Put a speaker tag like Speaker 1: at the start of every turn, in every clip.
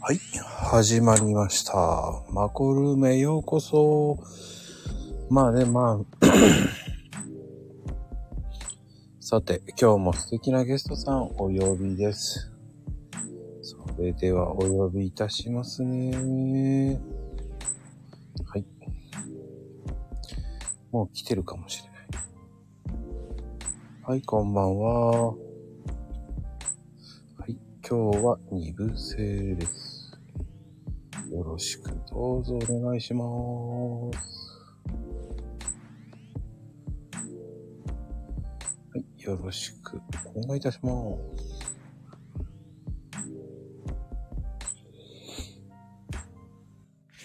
Speaker 1: はい、始まりました。マコルームへようこそ。まあね、まあ。 さて、今日も素敵なゲストさんお呼びです。それではお呼びいたしますね。はい。もう来てるかもしれない。はい、こんばんは。はい、今日は二部制です。よろしくどうぞお願いします。はい、よろしくお願いいたします。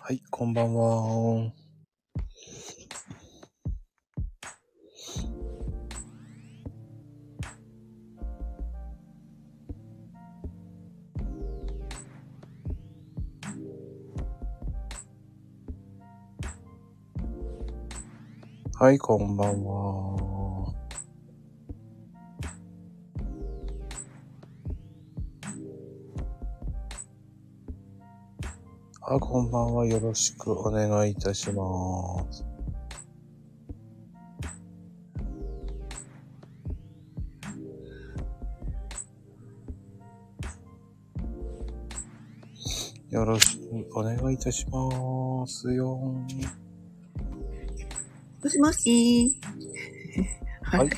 Speaker 1: はい、こんばんは。はい、こんばんは。あ、こんばんは。よろしくお願いいたします。よろしくお願いいたしますよ。
Speaker 2: もしもし。は
Speaker 1: はい
Speaker 2: い。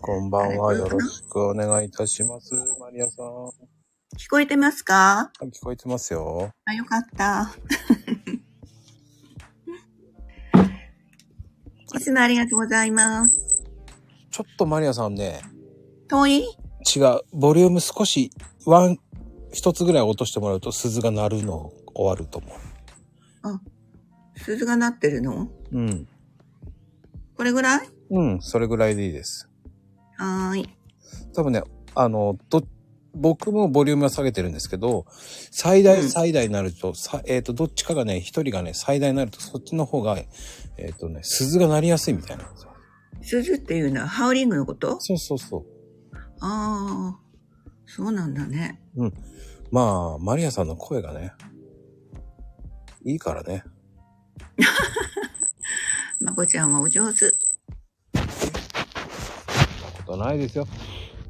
Speaker 1: こんばんは。
Speaker 2: あれ
Speaker 1: よろしくお願いいたします。マリアさん。は
Speaker 2: 聞こえてますか
Speaker 1: い聞こえてますよ。
Speaker 2: あ、よかった。 いつもありがとうございます。
Speaker 1: ちょっとマリアさんね、
Speaker 2: 遠い
Speaker 1: 違う。ボリューム少し、ワン、一つぐらい落としてもらうと鈴が鳴るの終わると思
Speaker 2: 鈴が鳴ってるの
Speaker 1: う。うん。
Speaker 2: これぐらい
Speaker 1: うん、それぐらいでいいです。
Speaker 2: はーい。
Speaker 1: 多分ね、あの、ど、僕もボリュームは下げてるんですけど、最大、
Speaker 2: うん
Speaker 1: 最大になると、さえっ、と、どっちかがね、一人がね、最大になると、そっちの方が、えっ、とね、鈴が鳴りやすいみたいなんですよ。
Speaker 2: 鈴っていうのはハウリングのこと
Speaker 1: そうそうそう。
Speaker 2: ああ、そうなんだね。
Speaker 1: まあ、マリアさんの声がね、いいからね。
Speaker 2: まこちゃんはお上手。
Speaker 1: そんなことないですよ。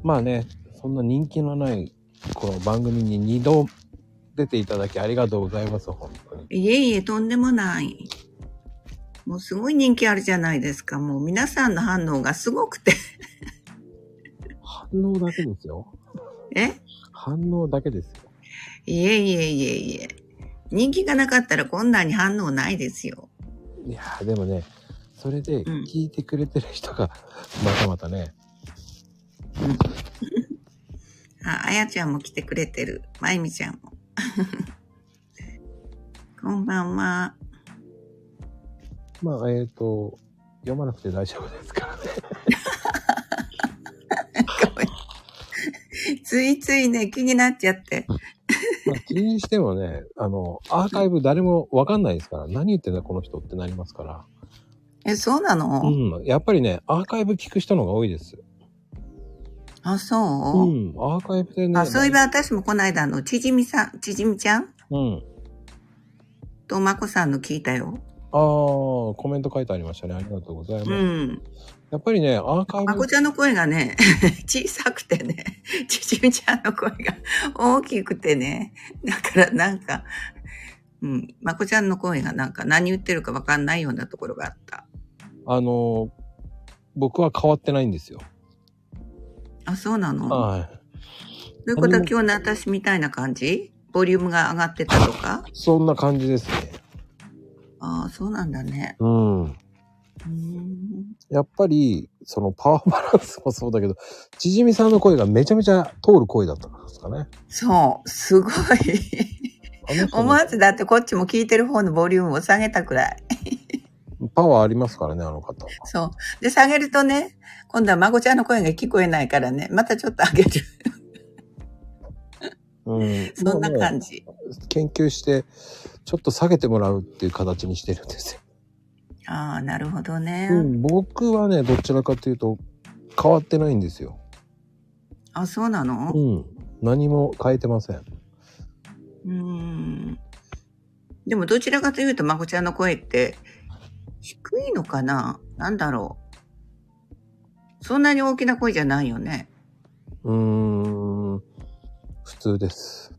Speaker 1: まあね、そんな人気のない、この番組に二度出ていただきありがとうございます、本当に。
Speaker 2: いえいえ、とんでもない。もうすごい人気あるじゃないですか。もう皆さんの反応がすごくて。
Speaker 1: 反応だけですよ。
Speaker 2: え
Speaker 1: 反応だけですよ。
Speaker 2: いえいえいえいえ。人気がなかったらこんなに反応ないですよ。
Speaker 1: いやーでもね、それで
Speaker 2: うん
Speaker 1: 聞いてくれてる人が、またまたね、
Speaker 2: あ、あやちゃんも来てくれてる。まゆみちゃんも。 こんばんは。
Speaker 1: まあ、えっ、と、読まなくて大丈夫ですから ね。
Speaker 2: ついついね、気になっちゃって。
Speaker 1: まあ、気にしてもね、あの、アーカイブ誰もわかんないですから、何言ってんだこの人ってなりますから。
Speaker 2: え、そうなの、
Speaker 1: うん、やっぱりね、アーカイブ聞く人の方が多いです。
Speaker 2: あ、
Speaker 1: う
Speaker 2: そう、
Speaker 1: ん、アーカイブでね。
Speaker 2: あ、そういえば私もこの間あの、ちじみさん、ちじみちゃん
Speaker 1: うん。
Speaker 2: とまこさんの聞いたよ。
Speaker 1: ああ、コメント書いてありましたね。ありがとうございます。
Speaker 2: うん。
Speaker 1: やっぱりね、アーカイ
Speaker 2: ま
Speaker 1: ブ
Speaker 2: こ、ちゃんの声がね、 小さくてね、 ちちみちゃんの声が大きくてね、だからなんか、うん、まこちゃんの声がなんか何言ってるかわかんないようなところがあった。
Speaker 1: あの、僕は変わってないんですよ。
Speaker 2: あ、そうなの
Speaker 1: はい。
Speaker 2: ということは今日の私みたいな感じボリュームが上がってたとか
Speaker 1: そんな感じですね。
Speaker 2: ああ、そうなんだね。
Speaker 1: うん。
Speaker 2: うーん
Speaker 1: やっぱり、そのパワーバランスもそうだけど、ちじみさんの声がめちゃめちゃ通る声だったんですかね。
Speaker 2: そう、す ごい。
Speaker 1: あの人
Speaker 2: 思わずだってこっちも聞いてる方のボリュームを下げたくらい。
Speaker 1: パワーありますからね、あの方。
Speaker 2: そう。で、下げるとね、今度は孫ちゃんの声が聞こえないからね、またちょっと上げる。
Speaker 1: うん。
Speaker 2: そんな
Speaker 1: 今ね
Speaker 2: 感じ。
Speaker 1: 研究して、ちょっと下げてもらうっていう形にしてるんですよ。
Speaker 2: ああ、なるほどね。
Speaker 1: うん、僕はね、どちらかというと、変わってないんですよ。
Speaker 2: あ、そうなの
Speaker 1: うん。何も変えてません。
Speaker 2: うーん。でもどちらかというと、まこちゃんの声って、低いのかななんだろう。そんなに大きな声じゃないよね。
Speaker 1: うーん。普通です。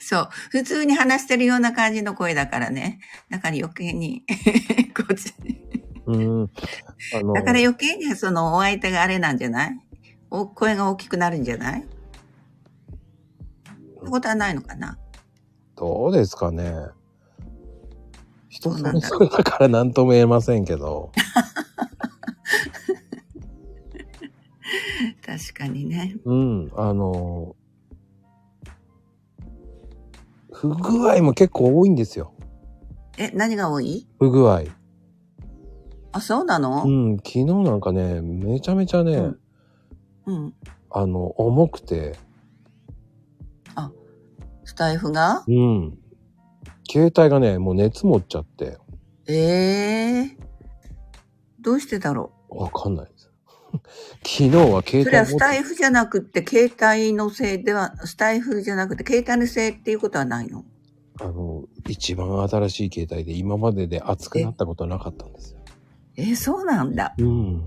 Speaker 2: そう。普通に話してるような感じの声だからね。だから余計に、 こっち。
Speaker 1: うーん。あの
Speaker 2: だから余計にそのお相手があれなんじゃないお声が大きくなるんじゃないってことはないのかな
Speaker 1: どうですかね。人
Speaker 2: う
Speaker 1: そ
Speaker 2: なん
Speaker 1: れ
Speaker 2: だ
Speaker 1: ぞれだから何とも言えませんけど。
Speaker 2: 確かにね。
Speaker 1: うん、あの、不具合も結構多いんですよ。
Speaker 2: え、何が多い
Speaker 1: 不具合。
Speaker 2: あ、そうなの
Speaker 1: うん、昨日なんかね、めちゃめちゃね、
Speaker 2: うんうん。
Speaker 1: あの、重くて、
Speaker 2: スタイフが
Speaker 1: うん。携帯がね、もう熱持っちゃって、
Speaker 2: ええどうしてだろ
Speaker 1: わかんないです。 昨日は携帯
Speaker 2: うそれは
Speaker 1: 持
Speaker 2: ス
Speaker 1: っ
Speaker 2: タイフじゃなくて、携帯のせいでは、スタイフじゃなくて、携帯のせいっていうことはないの
Speaker 1: あの、一番新しい携帯で今までで熱くなったことなかったんですよ。
Speaker 2: えーそうなんだ。
Speaker 1: うん。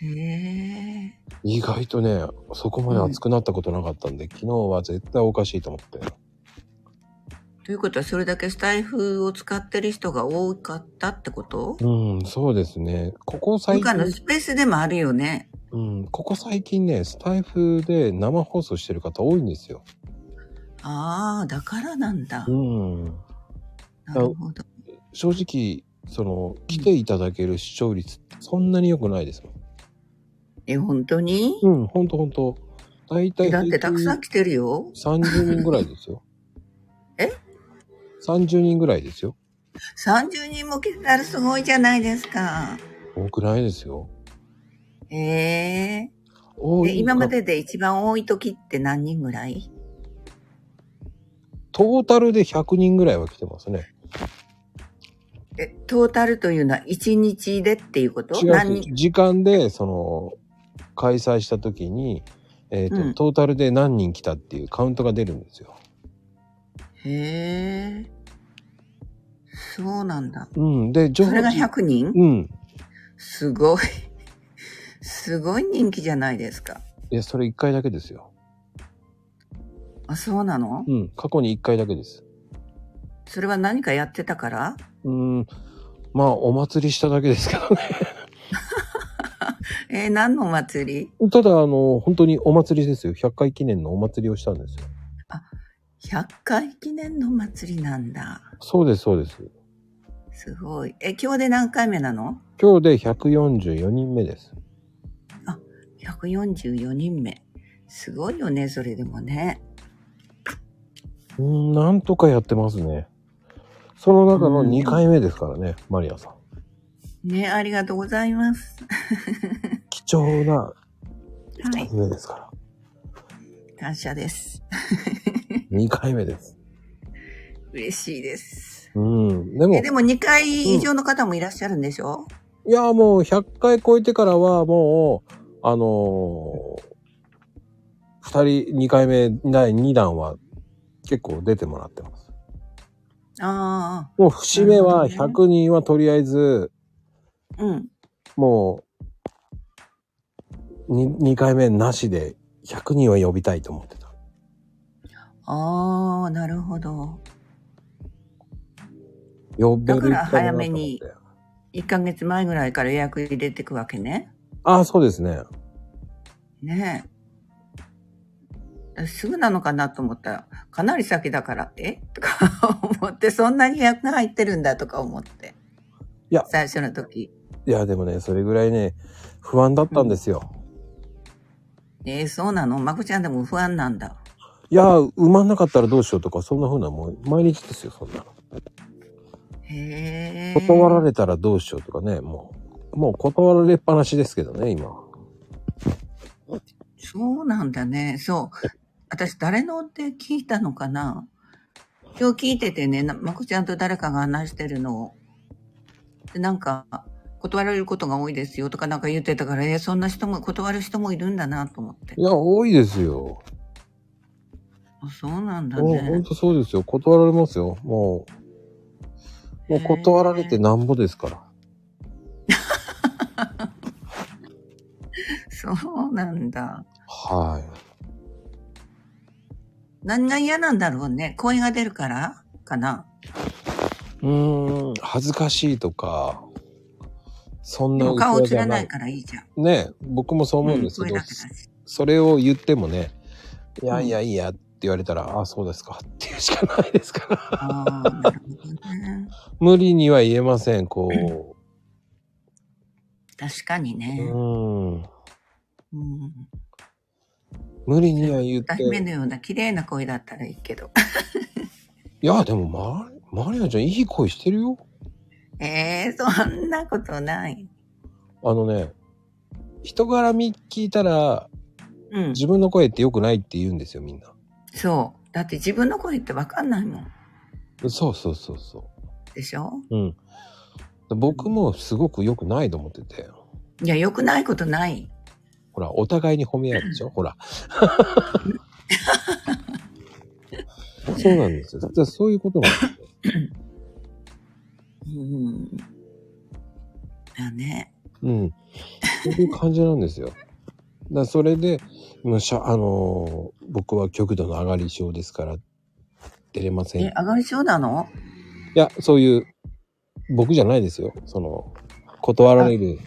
Speaker 2: へえ
Speaker 1: 意外とね、そこまで熱くなったことなかったんで、昨日は絶対おかしいと思って。
Speaker 2: ということは、それだけスタイフを使ってる人が多かったってこと
Speaker 1: うん、そうですね。ここ最
Speaker 2: 部下
Speaker 1: 近、
Speaker 2: のスペースでもあるよね。
Speaker 1: うん、ここ最近ね、スタイフで生放送してる方多いんですよ。
Speaker 2: ああ、だからなんだ
Speaker 1: う。ん。
Speaker 2: なるほど。
Speaker 1: 正直、その、来ていただける視聴率、そんなに良くないですも
Speaker 2: え、本当に
Speaker 1: ん。うん、ほんとほんと。だいたい平
Speaker 2: だっ
Speaker 1: 均
Speaker 2: てたくさん来てるよ。
Speaker 1: 30人ぐらいですよ。
Speaker 2: え
Speaker 1: ?30 人ぐらいですよ。
Speaker 2: 30人も来てたらすごいじゃないですか。
Speaker 1: 多くないですよ。
Speaker 2: へえ
Speaker 1: 多
Speaker 2: で
Speaker 1: い。
Speaker 2: 今ま。でで一番多い時って何人ぐらい
Speaker 1: トータルで100人ぐらいは来てますね。
Speaker 2: えトータルというのは1日でっていうこと
Speaker 1: 違
Speaker 2: 何
Speaker 1: う
Speaker 2: 人
Speaker 1: 時間でその開催した時に、えーと
Speaker 2: うん
Speaker 1: トータルで何人来たっていうカウントが出るんですよ。
Speaker 2: へえそうなんだ
Speaker 1: うん、で情
Speaker 2: それが100人
Speaker 1: うん
Speaker 2: すごい すごい人気じゃないですか
Speaker 1: いやそれ1回だけですよ。
Speaker 2: あそうなの
Speaker 1: うん過去に1回だけです。
Speaker 2: それは何かやってたから
Speaker 1: うんまあお祭りしただけですけどね。
Speaker 2: えー何のお祭り
Speaker 1: ただあの本当にお祭りですよ。100回記念のお祭りをしたんですよ。
Speaker 2: 100回記念のお祭りなんだ
Speaker 1: そうですそうです。
Speaker 2: すごいえ今日で何回目なの
Speaker 1: 今日で144人目です。
Speaker 2: 144人目すごいよねそれでもね
Speaker 1: うんなんとかやってますね。その中の2回目ですからね、マリアさん。
Speaker 2: ねありがとうございます
Speaker 1: 貴重な
Speaker 2: はい、
Speaker 1: 目ですから。
Speaker 2: 感謝です。
Speaker 1: 2回目です。
Speaker 2: 嬉しいです。
Speaker 1: うん。でも、
Speaker 2: え、でも2回以上の方もいらっしゃるんでしょ、
Speaker 1: いや、もう100回超えてからは、もう、あのー、二人、2回目、第2弾は結構出てもらってます。
Speaker 2: あ
Speaker 1: もう節目は
Speaker 2: なるほ
Speaker 1: 100人はとりあえず、
Speaker 2: あ、うん。
Speaker 1: もう、2回目なしで100人は呼びたいと思ってた。
Speaker 2: ああ、なるほど。
Speaker 1: 呼べる
Speaker 2: だから
Speaker 1: かなと
Speaker 2: 早
Speaker 1: 思って
Speaker 2: めに。1ヶ月前ぐらいから予約入れてくわけね。
Speaker 1: ああ、そうですね。
Speaker 2: ねえ。すぐなのかなと思ったら、かなり先だから、え とか思って、そんなに予約が入ってるんだとか思って。
Speaker 1: いや
Speaker 2: 最初の時。
Speaker 1: いや、でもね、それぐらいね、不安だったんですよ。
Speaker 2: えーそうなのまこちゃんでも不安なんだ。
Speaker 1: いやー、埋まんなかったらどうしようとか、そんな風なもう毎日ですよ、そんなの。
Speaker 2: へえ。
Speaker 1: 断られたらどうしようとかね、もう、もう断られっぱなしですけどね、今。
Speaker 2: そうなんだね。そう。私、誰のって聞いたのかな今日聞いててね、なまこちゃんと誰かが話してるのを。で、なんか、断られることが多いですよとかなんか言ってたから、えーそんな人も、断る人もいるんだなと思って
Speaker 1: い。や、多いですよ。
Speaker 2: あそうなんだ
Speaker 1: もうほん
Speaker 2: ね。
Speaker 1: とそうですよ。断られますよ。もう、もう断られてなんぼですから。
Speaker 2: そうなんだ。
Speaker 1: はい。
Speaker 2: 何が嫌なんだろうね。声が出るからかな。
Speaker 1: うーん、恥ずかしいとか、そん
Speaker 2: で
Speaker 1: な
Speaker 2: も顔
Speaker 1: 器
Speaker 2: 映
Speaker 1: じ
Speaker 2: ら
Speaker 1: ゃな
Speaker 2: ないい。からいいじゃん。
Speaker 1: ね、僕もそう思うんですけ
Speaker 2: 声
Speaker 1: ど、
Speaker 2: だけだし。
Speaker 1: それを言ってもね、いや
Speaker 2: うん
Speaker 1: いやいやって言われたら、ああ、そうですかっていうしかないですから。
Speaker 2: ああ、なるほどね。
Speaker 1: 無理には言えません、こ
Speaker 2: 確かに
Speaker 1: う。う
Speaker 2: ね。
Speaker 1: ーん。
Speaker 2: うん。
Speaker 1: 無理には言って。
Speaker 2: 姫のような綺麗な声だったらいいけど。
Speaker 1: いや、でもマリ、マリアちゃん、いい声してるよ。
Speaker 2: ええそんなことない。
Speaker 1: あのね、人柄み聞いたら、
Speaker 2: うん。
Speaker 1: 自分の声って良くないって言うんですよ、みんな。
Speaker 2: そう。だって自分の声ってわかんないもん。
Speaker 1: そうそうそうそ
Speaker 2: でしょ
Speaker 1: う。うん。僕もすごく良くないと思ってて。
Speaker 2: いや、良くないことない。
Speaker 1: ほら、お互いに褒め合うでしょ ほら。そうなんですよ。だからそういうことなんですよ。
Speaker 2: うん。だね。
Speaker 1: うん。そういう感じなんですよ。だからそれで、もうしゃあのー僕は極度の上がり症ですから、出れません。
Speaker 2: え
Speaker 1: い、
Speaker 2: 上がり症なの
Speaker 1: や、そういう、僕じゃないですよ。その、断られる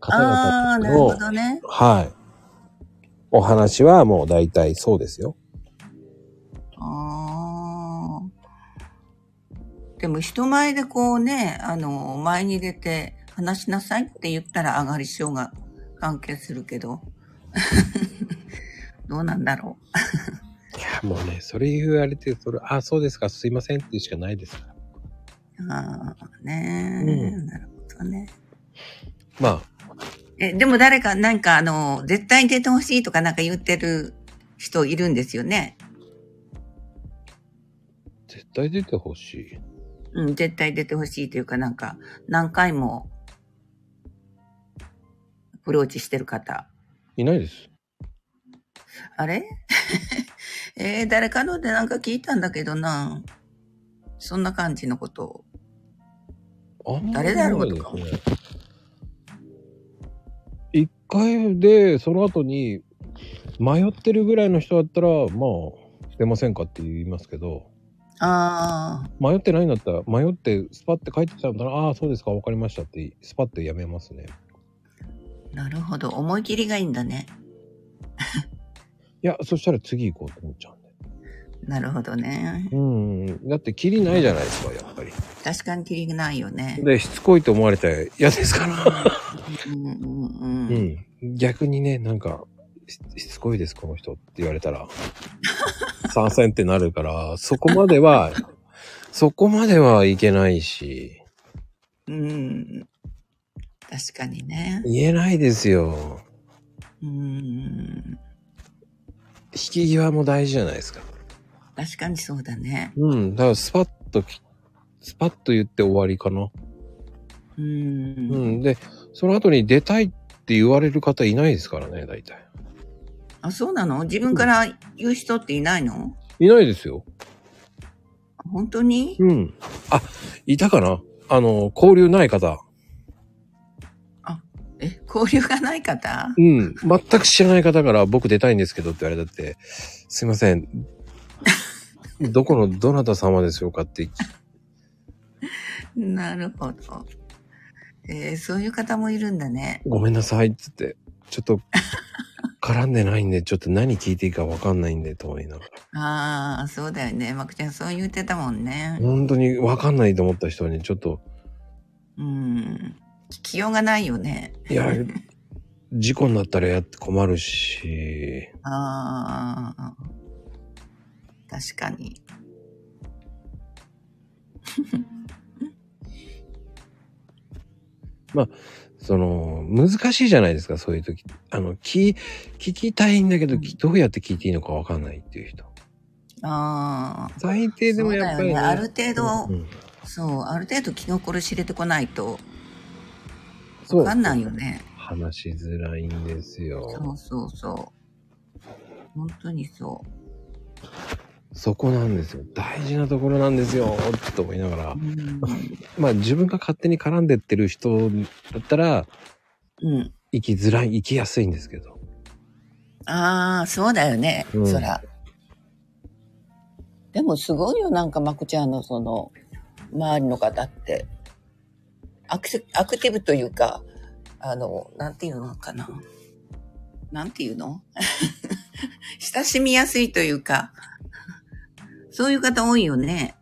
Speaker 1: 方
Speaker 2: ああ
Speaker 1: 々
Speaker 2: ー、なるほ
Speaker 1: の、
Speaker 2: どね。
Speaker 1: はい。お話はもう大体そうですよ。
Speaker 2: ああ。でも人前でこうね、あの、前に出て話しなさいって言ったら上がり症が関係するけど。 どうなんだろう。
Speaker 1: いや、もうね、それ言われて、それ、あ、そうですか、すいませんっていうしかないですから。
Speaker 2: ああ、ね
Speaker 1: う
Speaker 2: え、なるほどね。
Speaker 1: まあ、
Speaker 2: え、でも誰か、なんかあの、絶対に出てほしいとかなんか言ってる人いるんですよね。
Speaker 1: 絶対出てほしい。
Speaker 2: うん、絶対出てほしいというかなんか、何回もアプローチしてる方。
Speaker 1: いないです。
Speaker 2: あれ えー誰かのでなんか聞いたんだけどな。そんな感じのことを。
Speaker 1: あんまり
Speaker 2: 誰だろうとか
Speaker 1: いないですね。一回で、その後に、迷ってるぐらいの人だったら、まあ、出ませんかって言いますけど、
Speaker 2: ああ、
Speaker 1: 迷ってないんだったら、迷って、スパって帰ってきたんだら、ああ、そうですか、わかりましたって、スパってやめますね。
Speaker 2: なるほど。思い切りがいいんだね。
Speaker 1: いや、そしたら次行こうと思っちゃうんで。
Speaker 2: なるほどね。
Speaker 1: うんうん。だって、キリないじゃないですか、やっぱり。
Speaker 2: 確かにキリがないよね。
Speaker 1: で、しつこいと思われたら嫌ですから。
Speaker 2: うんうん
Speaker 1: う
Speaker 2: うん。
Speaker 1: ん。逆にね、なんか、ししつこいです、この人って言われたら、参戦ってなるから、そこまでは、そこまではいけないし、
Speaker 2: うん。確かにね。
Speaker 1: 言えないですよ。
Speaker 2: う
Speaker 1: 引
Speaker 2: ん。
Speaker 1: き際も大事じゃないですか。
Speaker 2: 確かにそうだね。
Speaker 1: うん。だから、スパッとき、スパッと言って終わりかな。
Speaker 2: う。
Speaker 1: うんん。で、その後に出たいって言われる方いないですからね、大体。
Speaker 2: あ、そうなの自分から言う人っていないの
Speaker 1: いないですよ。
Speaker 2: 本当に
Speaker 1: うん。あ、いたかなあの、交流ない方。
Speaker 2: え、交流がない方
Speaker 1: うん。全く知らない方から僕出たいんですけどって言われたって、すいません。どこのどなた様でしょうかって。
Speaker 2: なるほど。えーそういう方もいるんだね。
Speaker 1: ごめんなさいって言って、ちょっと絡んでないんで、ちょっと何聞いていいかわかんないんでと思いながら。
Speaker 2: ああ、そうだよね。まくちゃん、そう言ってたもんね。
Speaker 1: 本当にわかんないと思った人にちょっと、
Speaker 2: うん。聞きようがないよね。
Speaker 1: いや、事故になったらやって困るし、
Speaker 2: あ あ。確かに。
Speaker 1: その、難しいじゃないですか、そういう時。あの、聞、聞きたいんだけど、きどうやって聞いていいのかわかんないっていう人。
Speaker 2: ああ。
Speaker 1: 最低でもやっぱり、
Speaker 2: そうだよねある程度
Speaker 1: うん
Speaker 2: そう、ある程度気心知れてこないと、
Speaker 1: そう
Speaker 2: わかんないよね。
Speaker 1: 話しづらいんです
Speaker 2: そ
Speaker 1: よ。
Speaker 2: うそうそう。本当にそう。
Speaker 1: そこなんですよ。大事なところなんですよ、と思いながら。まあ自分が勝手に絡んでってる人だったら、
Speaker 2: うん。
Speaker 1: 生きづらい、生きやすいんですけど。
Speaker 2: ああ、そうだよね。
Speaker 1: うん
Speaker 2: そら。でもすごいよ、なんか、まこちゃんのその、周りの方って。アクセアクティブというか、あの、なんていうのかな。なんていうの 親しみやすいというか、そういう方多いよね。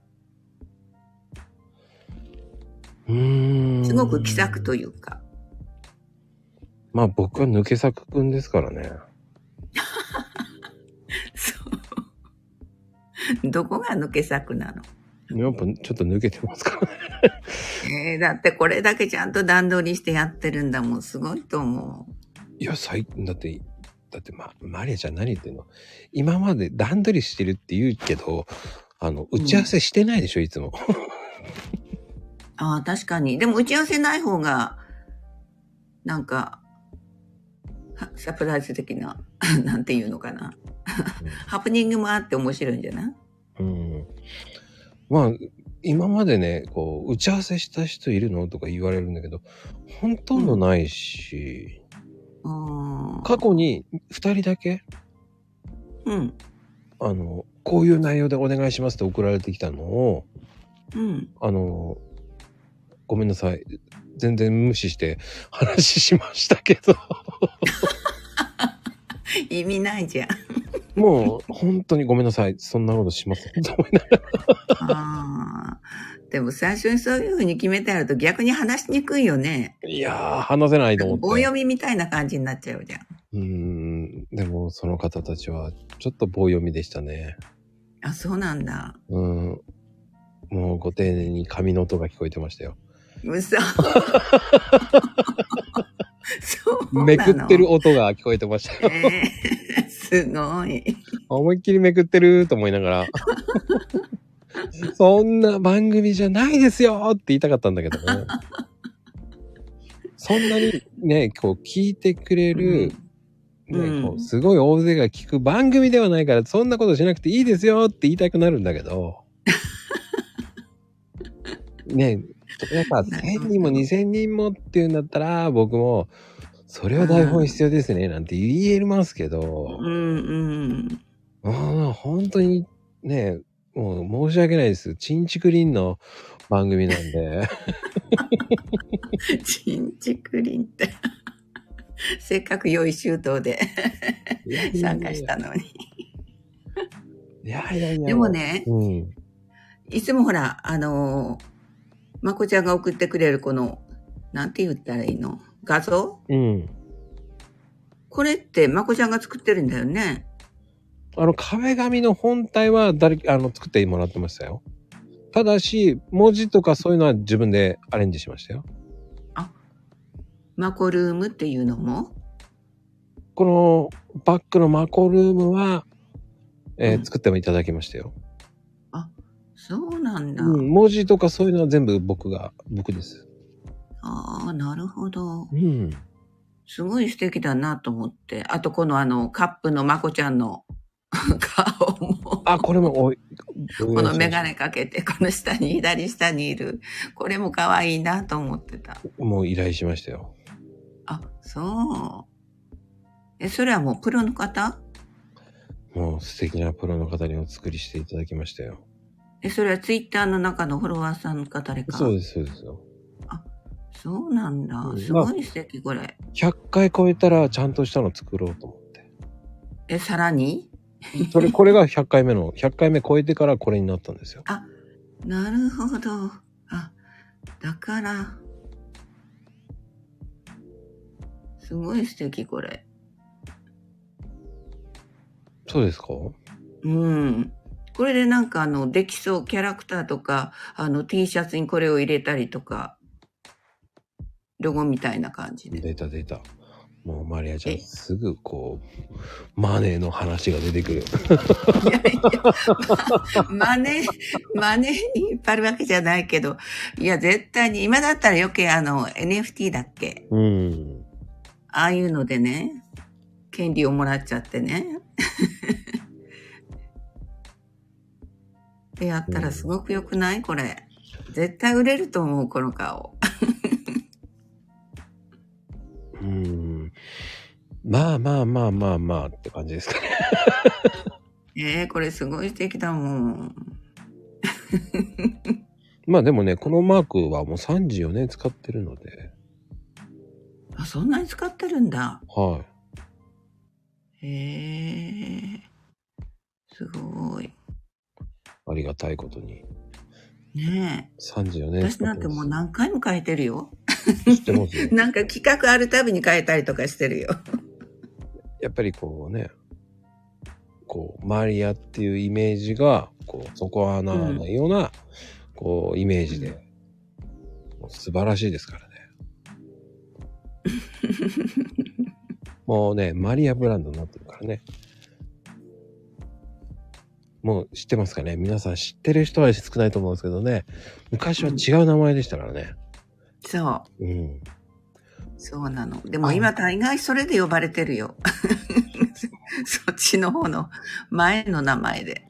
Speaker 1: うーん。
Speaker 2: すごく気さくというか。
Speaker 1: まあ僕は抜け作くんですからね。
Speaker 2: そう。どこが抜け作なの
Speaker 1: やっぱちょっと抜けてますからね。
Speaker 2: えーだってこれだけちゃんと段取りしてやってるんだもん。すごいと思
Speaker 1: いや、最近、だって、だってま、マリアちゃん何言ってんの今まで段取りしてるって言うけど、あの、打ち合わせしてないでしょ、いつも。
Speaker 2: う。ああ、確かに。でも打ち合わせない方が、なんか、はサプライズ的な、 なんていうのかな。ハプニングもあって面白いんじゃない
Speaker 1: うん。まあ、今までね、こう、打ち合わせした人いるのとか言われるんだけど、ほとんどないし、
Speaker 2: うーん。
Speaker 1: 過去に2人だけ、
Speaker 2: うん。
Speaker 1: あの、こういう内容でお願いしますって送られてきたのを、
Speaker 2: うん。
Speaker 1: あの、ごめんなさい。全然無視して話しましたけど、
Speaker 2: 意味ないじゃん。
Speaker 1: もう本当にごめんなさい。そんなことし ません。と思いながら
Speaker 2: ああ。 でも最初にそういうふうに決めてあると逆に話しにくいよね。
Speaker 1: いやー、話せないと思っ
Speaker 2: 棒
Speaker 1: て
Speaker 2: 読。みみたいな感じになっちゃうじゃん。
Speaker 1: うん、でもその方たちはちょっと棒読みでしたね。
Speaker 2: あ、そうなんだ。
Speaker 1: うん。もうご丁寧に髪の音が聞こえてましたよ。
Speaker 2: 嘘。そうなの
Speaker 1: めくってる。音が聞こえてましたよ。
Speaker 2: えー、すごい。
Speaker 1: 思いっきりめくってると思いながら。そんな番組じゃないですよって言いたかったんだけどね。そんなにね、こう聞いてくれる、
Speaker 2: うんうん
Speaker 1: ね、こうすごい大勢が聞く番組ではないから、そんなことしなくていいですよって言いたくなるんだけ ど。ね、やっぱ
Speaker 2: なるほ
Speaker 1: 1000
Speaker 2: ど
Speaker 1: 人も2000人もっていうんだったら、僕も、それは台本必要ですね、なんて言えますけど。
Speaker 2: うんうん。
Speaker 1: ああ、本当にね、もう申し訳ないです。チンチクリンの番組なん で。
Speaker 2: ちんちくりんって。 せっかく良い周到で参加したのに。
Speaker 1: いやいやいや。いやいやいや
Speaker 2: でも。ね、
Speaker 1: うん。
Speaker 2: いつもほら、あのーまこちゃんが送ってくれるこの、なんて言ったらいいの画像
Speaker 1: うん。
Speaker 2: これってまこちゃんが作ってるんだよね。
Speaker 1: あの、壁紙の本体は誰、あの、作ってもらってましたよ。ただし、文字とかそういうのは自分でアレンジしましたよ。
Speaker 2: まこルームっていうのも。
Speaker 1: このバックのマコルームは、えー
Speaker 2: うん
Speaker 1: 作ってもいただきましたよ、
Speaker 2: そうなん
Speaker 1: う
Speaker 2: だ。
Speaker 1: ん。文字とかそういうのは全部僕が、僕です。
Speaker 2: ああ、なるほど。
Speaker 1: うん。
Speaker 2: すごい素敵だなと思って。あと、このあの、カップのまこちゃんの 顔も。
Speaker 1: あ、これもおい、
Speaker 2: こ
Speaker 1: こ
Speaker 2: のメガネかけて、この下に、左下にいる。これも可愛いなと思ってた。
Speaker 1: もう依頼しましたよ。
Speaker 2: あ、そう。え、それはもうプロの方
Speaker 1: もう素敵なプロの方にお作りしていただきましたよ。
Speaker 2: え、それはツイッターの中のフォロワーさんの方でか。
Speaker 1: そうです、そうですよ。
Speaker 2: そうなんだ
Speaker 1: う。ん
Speaker 2: すごい素敵、これ。
Speaker 1: 100回超えたらちゃんとしたの作ろうと思っ
Speaker 2: え、さらに
Speaker 1: て。それ、これが100回目の、100回目超えてからこれになったんですよ。
Speaker 2: なるほど。あ、だから。すごい素敵、これ。
Speaker 1: そうですか
Speaker 2: うん。これでなんかあの、できそう、キャラクターとか、あの、T シャツにこれを入れたりとか、ロゴみたいな感じ で。
Speaker 1: 出た出た。もうマリアちゃん
Speaker 2: え
Speaker 1: すぐこう、マネーの話が出てくるよ。
Speaker 2: いやいや、ま真似、真似に引っ張るわけじゃないけど、いや、絶対に、今だったら余計あの、NFT だっけ
Speaker 1: うん。
Speaker 2: ああいうのでね、 権利をもらっちゃってね。てやったらすごく良くないこれ。絶対売れると思う、この顔。
Speaker 1: うん。まあまあまあまあまあって感じですかね。
Speaker 2: ええこれすごい素敵だもん。
Speaker 1: まあでもね、このマークはもう34年使ってるので、
Speaker 2: あ、そんなに使ってるんだ。
Speaker 1: はい。
Speaker 2: へえすごい。
Speaker 1: ありがたいことに。
Speaker 2: ね
Speaker 1: 34
Speaker 2: え。
Speaker 1: 年
Speaker 2: 私
Speaker 1: 使
Speaker 2: な
Speaker 1: っ
Speaker 2: ん
Speaker 1: て
Speaker 2: て
Speaker 1: ます。
Speaker 2: もう何回も変えてるよ。
Speaker 1: 知ってますよ
Speaker 2: なんか企画あるたびに変えたりとかしてるよ。
Speaker 1: やっぱりこうね、こう、マリアっていうイメージが、こう、底穴がないような、こう、イメージで、もう素晴らしいですからね。もうね、マリアブランドになってるからね。もう知ってますかね皆さん知ってる人は少ないと思うんですけどね。昔は違う名前でしたからね。
Speaker 2: そう。
Speaker 1: うん。
Speaker 2: そうなの。でも今大概それで呼ばれてるよ。 そっちの方の前の名前で。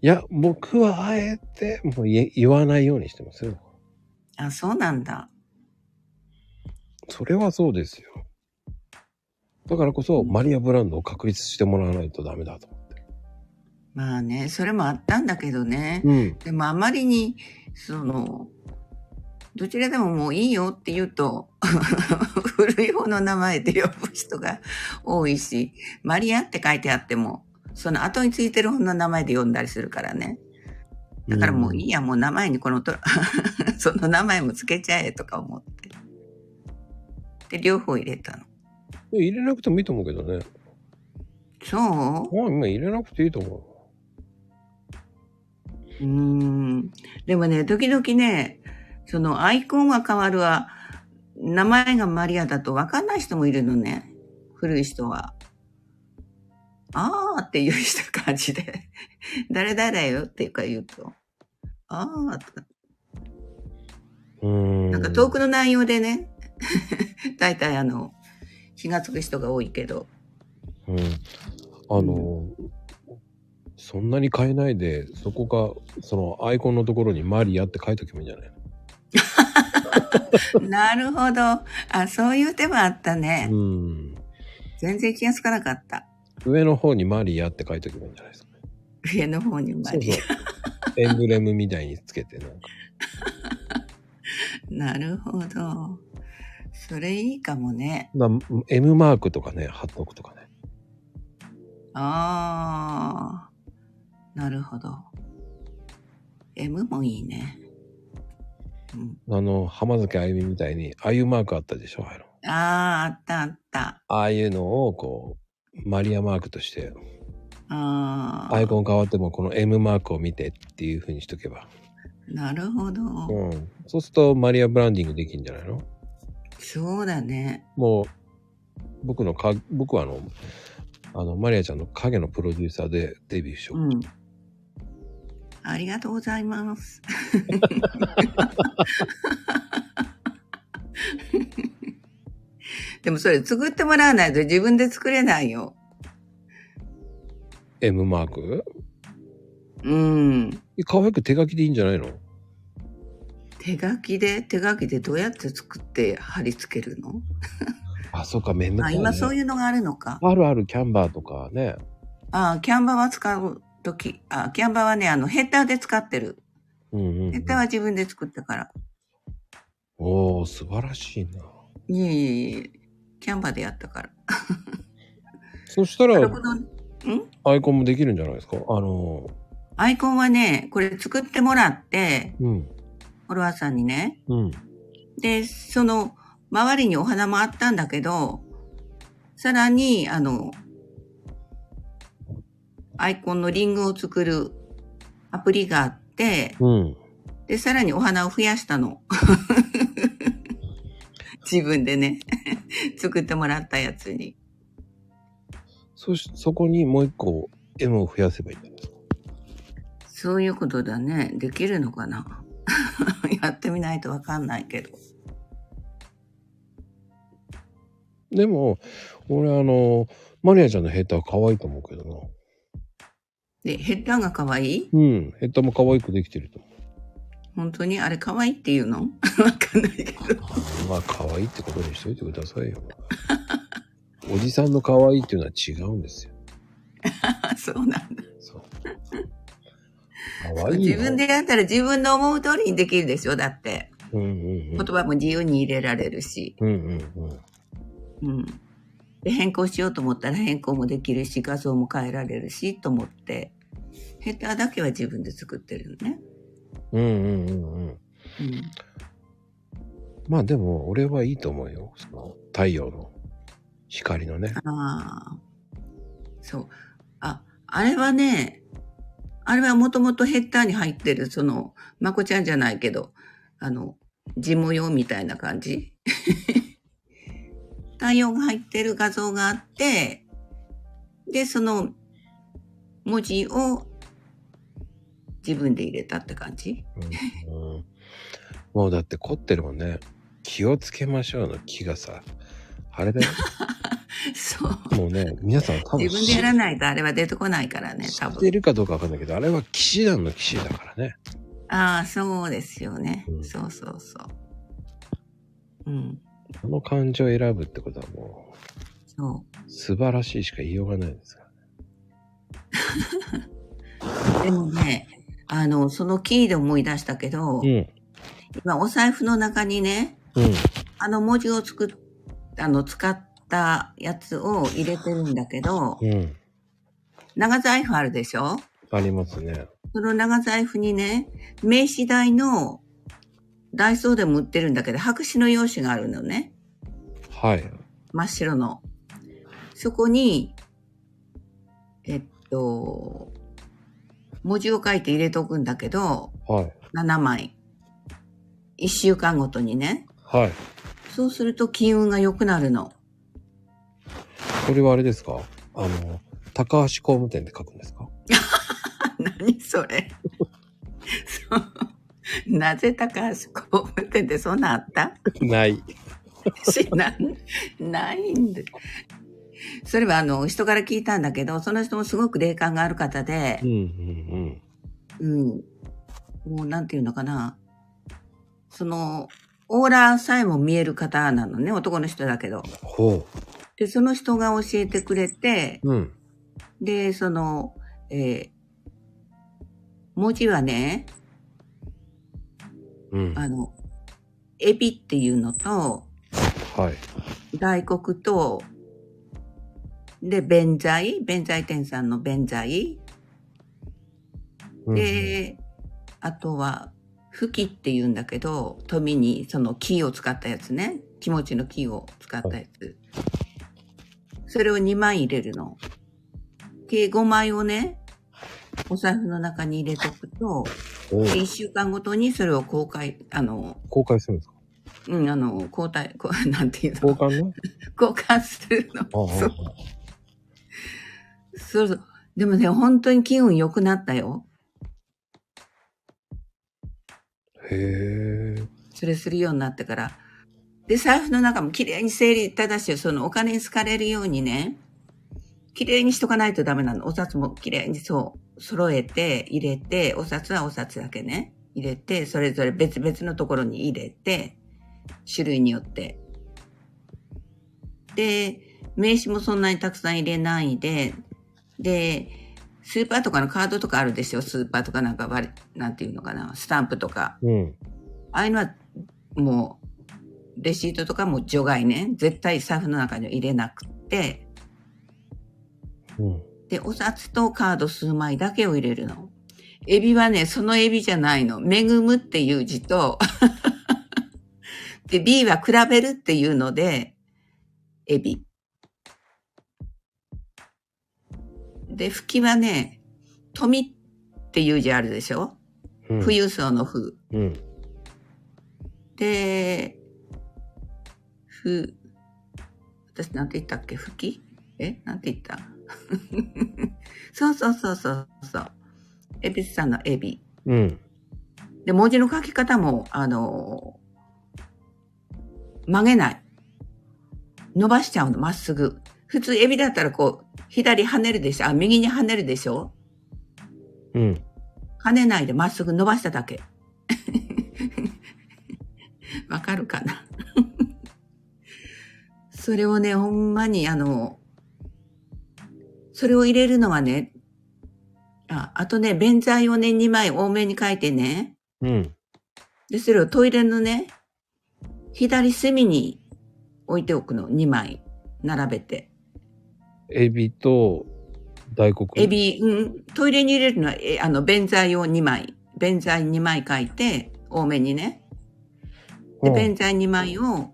Speaker 1: いや、僕はあえて、もう言え言わないようにしてますよ。
Speaker 2: あ、そうなんだ。
Speaker 1: それはそうですよ。だからこそ、マリアブランドを確立してもらわないとダメだと思って。
Speaker 2: まあね、それもあったんだけどね。
Speaker 1: うん。
Speaker 2: でもあまりに、その、どちらでももういいよって言うと、 古い方の名前で呼ぶ人が多いし、マリアって書いてあっても、その後についてる方の名前で呼んだりするからね。だからもういい
Speaker 1: い。
Speaker 2: や、もう名前にこのと、 その名前もつけちゃえとか思って。で、両方入れたの。
Speaker 1: 入れなくてもいいと思うけどね。
Speaker 2: そう
Speaker 1: もう今入れなくていいと思
Speaker 2: うーん。でもね、時々ね、そのアイコンは変わるわ、名前がマリアだとわかんない人もいるのね。古い人は。あーっていう人感じで。 誰々よっていうか言うと。あーとか
Speaker 1: う。うーん。
Speaker 2: なんかトークの内容でね、 大体あの、気がつく人が多いけ ど。
Speaker 1: うん。あの、そんなに変えないで、そこが、そのアイコンのところにマリアって書いとけばいいんじゃない
Speaker 2: なるほど。あ、そういう手もあったね。
Speaker 1: うん。
Speaker 2: 全然気がつかなかった。
Speaker 1: 上の方にマリアって書いとけばいいんじゃないですかね。
Speaker 2: 上の方にマ
Speaker 1: そう
Speaker 2: リ
Speaker 1: そう。エンブレムみたいにつけて、なんか。
Speaker 2: ア。なるほど。それいいかもね。
Speaker 1: な M マークとかね、貼っとくとかね。
Speaker 2: あー。なるほど。M もいいね。う
Speaker 1: あの、浜崎あゆみみたいに、ああいうマークあったでしょあの
Speaker 2: ん、あー、あったあった。
Speaker 1: ああいうのを、こう、マリアマークとして、
Speaker 2: あー。
Speaker 1: アイコン変わっても、この M マークを見てっていう風にしとけば。
Speaker 2: なるほど。
Speaker 1: うん。そうすると、マリアブランディングできるんじゃないの
Speaker 2: そうだね。
Speaker 1: もう、僕のか、僕はあの、あの、マリアちゃんの影のプロデューサーでデビューしよう。
Speaker 2: うん。ありがとうございます。 でもそれ作ってもらわないと自分で作れないよ。
Speaker 1: M マーク
Speaker 2: うん。
Speaker 1: 可愛く手書きでいいんじゃないの
Speaker 2: 手書きで、手書きでどうやって作って貼り付けるの
Speaker 1: あ、そうか、めんどく
Speaker 2: あ、
Speaker 1: さい、ね。
Speaker 2: 今そう
Speaker 1: う
Speaker 2: いうのがあるのか。
Speaker 1: あるあるキャンバーとかね。
Speaker 2: あ、キャンバーは使うとき、あ、キャンバーはね、あの、ヘッダーで使ってる。
Speaker 1: うんうん、うん。
Speaker 2: ヘッダーは自分で作ったから。
Speaker 1: おお素晴らしいな。
Speaker 2: いえいえいえ、キャンバーでやったから。
Speaker 1: そした
Speaker 2: なる
Speaker 1: ら
Speaker 2: ほ、ど。
Speaker 1: アイコンもできるんじゃないですかあの、
Speaker 2: アイコンはね、これ作ってもらって、
Speaker 1: うん、
Speaker 2: フォロワーさんにね。
Speaker 1: うん。
Speaker 2: で、その、周りにお花もあったんだけど、さらに、あの、アイコンのリングを作るアプリがあって、
Speaker 1: うん。
Speaker 2: で、さらにお花を増やし たの。自分でね、 作ってもらったやつに。
Speaker 1: そし、そこにもう一個 M を増やせばいいんじゃないですか
Speaker 2: そういうことだね。できるのかな やってみないとわかんないけど。
Speaker 1: でも、俺あの、マリアちゃんのヘッダー可愛いと思うけどな。
Speaker 2: で、ヘッダーが可愛い
Speaker 1: うん。ヘッダも可愛くできてると思
Speaker 2: 本当にあれ可愛いって言うの わかんないけど。
Speaker 1: う。 まあ、可愛いってことにしといてください よ。おじさんの可愛いっていうのは違うんですよ。
Speaker 2: あそうなんだ。
Speaker 1: そう。可愛い
Speaker 2: 自
Speaker 1: よ
Speaker 2: 分でやったら自分の思う通りにできるでしょだって。
Speaker 1: うんうんうん
Speaker 2: 言。葉も自由に入れられるし。
Speaker 1: うんうんうん。
Speaker 2: うん。で、変更しようと思ったら変更もできるし、画像も変えられるし、と思って。ヘッダーだけは自分で作ってるのね。
Speaker 1: うんうんうんうん。
Speaker 2: うん。
Speaker 1: まあでも、俺はいいと思うよ。その太陽の光のね。
Speaker 2: ああ。そう。あ、あれはね、あれはもともとヘッダーに入ってる、その、まこちゃんじゃないけど、あの、事務用みたいな感じ 太陽が入ってる画像があって、で、その、文字を自分で入れたって感じ
Speaker 1: う んうん、もうだって凝ってるもんね。気をつけましょうの気がさ。あれだよ。
Speaker 2: そう。
Speaker 1: もう ね、皆さん多分
Speaker 2: 自分でやらないとあれは出てこないからね、
Speaker 1: 知
Speaker 2: 多
Speaker 1: って
Speaker 2: 分。
Speaker 1: るかどうかわかんないけど、あれは騎士団の騎士だからね。
Speaker 2: ああ、そうですよね。
Speaker 1: うん
Speaker 2: そうそうそう。うん。
Speaker 1: この感情を選ぶってことはも
Speaker 2: そう
Speaker 1: 素晴らしいしか言いようがないですから。
Speaker 2: う。でもね、あの、そのキーで思い出したけど、
Speaker 1: うん。
Speaker 2: 今お財布の中にね、
Speaker 1: うん。
Speaker 2: あの文字を作っ、あの、使ったやつを入れてるんだけど、
Speaker 1: うん。
Speaker 2: 長財布あるでしょ
Speaker 1: ありますね。
Speaker 2: その長財布にね、名刺代のダイソーでも売ってるんだけど、白紙の用紙があるのね。
Speaker 1: はい。
Speaker 2: 真っ白の。そこに、えっと、文字を書いて入れとくんだけど、
Speaker 1: はい。
Speaker 2: 7枚。1週間ごとにね。
Speaker 1: はい。
Speaker 2: そうすると金運が良くなるの。
Speaker 1: これはあれですかあの、高橋工務店で書くんですか
Speaker 2: 何それ。そうなぜ高橋工務店ってそん なんあった
Speaker 1: ない。
Speaker 2: 知らん。ないんで。それはあの、人から聞いたんだけど、その人もすごく霊感がある方で
Speaker 1: うん、うん
Speaker 2: うん。もうなんていうのかな。その、オーラさえも見える方なのね、男の人だけど
Speaker 1: うん。。ほ
Speaker 2: で、その人が教えてくれて、
Speaker 1: う。うん。
Speaker 2: で、その、えー文字はね、
Speaker 1: うん。
Speaker 2: あの、エビっていうのと、
Speaker 1: はい。
Speaker 2: 大黒と、で、弁財、弁財天さんの弁財、
Speaker 1: うん
Speaker 2: で、あとは、吹きって言うんだけど、富にその木を使ったやつね。気持ちの木を使ったやつ。それを2枚入れるの。計5枚をね、お財布の中に入れとくと、
Speaker 1: おう
Speaker 2: 1週間ごとにそれを公開、あの、
Speaker 1: 公開するんですか
Speaker 2: うん、あの、交代、こう なんていう
Speaker 1: 交
Speaker 2: の
Speaker 1: 換ね。
Speaker 2: 交換するの。
Speaker 1: ああ
Speaker 2: そうそうそう。でもね、本当に気運良くなったよ。
Speaker 1: へえ。
Speaker 2: それするようになってから。で、財布の中も綺麗に整理正しい、そのお金に好かれるようにね、綺麗にしとかないとダメなの。お札も綺麗にそう、揃えて、入れて、お札はお札だけね、入れて、それぞれ別々のところに入れて、種類によって。で、名刺もそんなにたくさん入れないで、で、スーパーとかのカードとかあるでしょスーパーとかなんか割り、なんていうのかなスタンプとか。
Speaker 1: うん。
Speaker 2: ああいうのはもうレシートとかも除外ね絶対財布の中には入れなくて
Speaker 1: うん。
Speaker 2: でお札とカード数枚だけを入れるのエビはねそのエビじゃないの「恵む」っていう字と で B は「比べる」っていうのでエビで吹きはね「富」っていう字あるでしょ
Speaker 1: うん。
Speaker 2: 富裕層の富
Speaker 1: うん。
Speaker 2: で、ふ、私なんて言ったっけ吹きえなんて言った そうそうそうそうそう。エビスさんのエビ。
Speaker 1: うん。
Speaker 2: で、文字の書き方も、あのー曲げない。伸ばしちゃうの、まっすぐ。普通、エビだったらこう、左跳ねるでしょあ、右に跳ねるでしょ
Speaker 1: うん。
Speaker 2: 跳ねないでまっすぐ伸ばしただけ。 わかるかな それをね、ほんまにあの、それを入れるのはね、ああとね、便材をね、2枚多めに書いてね、
Speaker 1: うん。
Speaker 2: で、それをトイレのね、左隅に置いておくの、2枚並べて。
Speaker 1: エビと大黒。
Speaker 2: エ。ビ、うん、トイレに入れるのは、えあの、便材を2枚、便材2枚書いて、多めにね。
Speaker 1: う
Speaker 2: で、
Speaker 1: ん、
Speaker 2: 便座2枚を、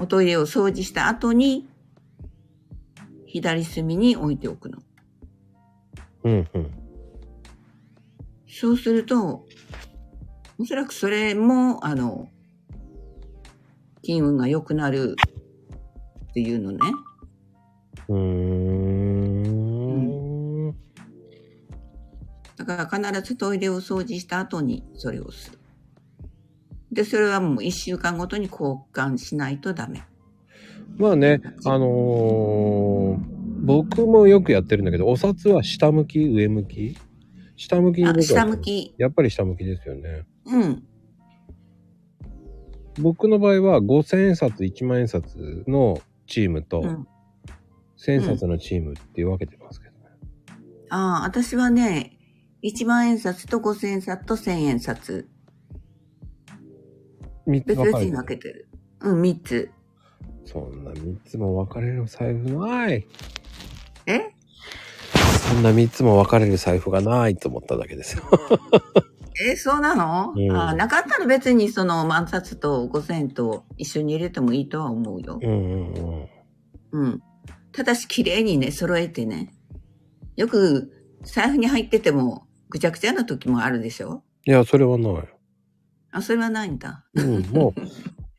Speaker 2: おトイレを掃除した後に、左隅に置いておくの。
Speaker 1: うんうん。
Speaker 2: そうすると、おそらくそれも、あの、金運が良くなるっていうのね。
Speaker 1: うーん。
Speaker 2: だから必ずトイレを掃除した後にそれをする。で、それはもう一週間ごとに交換しないとダメ。
Speaker 1: まあね、あのー僕もよくやってるんだけど、お札は下向き、上向き下向きに
Speaker 2: あ
Speaker 1: 僕、は
Speaker 2: 下向。き。
Speaker 1: やっぱり下向きですよね。
Speaker 2: うん。
Speaker 1: 僕の場合は5000円札、1万円札のチームと、
Speaker 2: うん
Speaker 1: 1000円札のチームって分けてますけどね。
Speaker 2: ああ、私はね、1万円札と5千円札と1000円札。
Speaker 1: 3つ分
Speaker 2: 別
Speaker 1: か
Speaker 2: 々
Speaker 1: れ
Speaker 2: に
Speaker 1: て
Speaker 2: 分
Speaker 1: る。
Speaker 2: けてる。うん、3つ。
Speaker 1: そんな3つも分かれる財布ない。
Speaker 2: え
Speaker 1: そんな3つも分かれる財布がないと思っただけですよ。
Speaker 2: え、そうなの、
Speaker 1: うん
Speaker 2: ああなかったら別にその万札と5千円と一緒に入れてもいいとは思うよ
Speaker 1: う。んうんうん。
Speaker 2: うん。ただし、綺麗にね、揃えてね。よく、財布に入ってても、ぐちゃぐちゃな時もあるでしょ
Speaker 1: いや、それはない。
Speaker 2: あ、それはないんだ。
Speaker 1: うん、も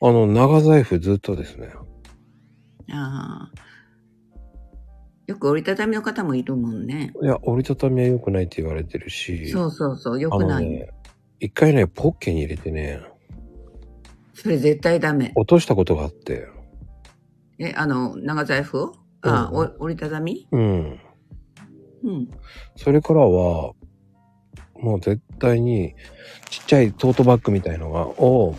Speaker 1: う、あの、長財布ずっとですね。
Speaker 2: ああ。よく折りたたみの方もいるもんね。
Speaker 1: いや、折りたたみは良くないって言われてるし、
Speaker 2: そうそうそう、よ
Speaker 1: あ
Speaker 2: く
Speaker 1: の
Speaker 2: ない。
Speaker 1: ね、一回ね、ポッケに入れてね、
Speaker 2: それ絶対ダメ。
Speaker 1: 落としたことがあって、
Speaker 2: え、あの、長財布をあ、
Speaker 1: うん
Speaker 2: お折りたたみ
Speaker 1: うん。
Speaker 2: うん。
Speaker 1: それからは、もう絶対に、ちっちゃいトートバッグみたいのが、を、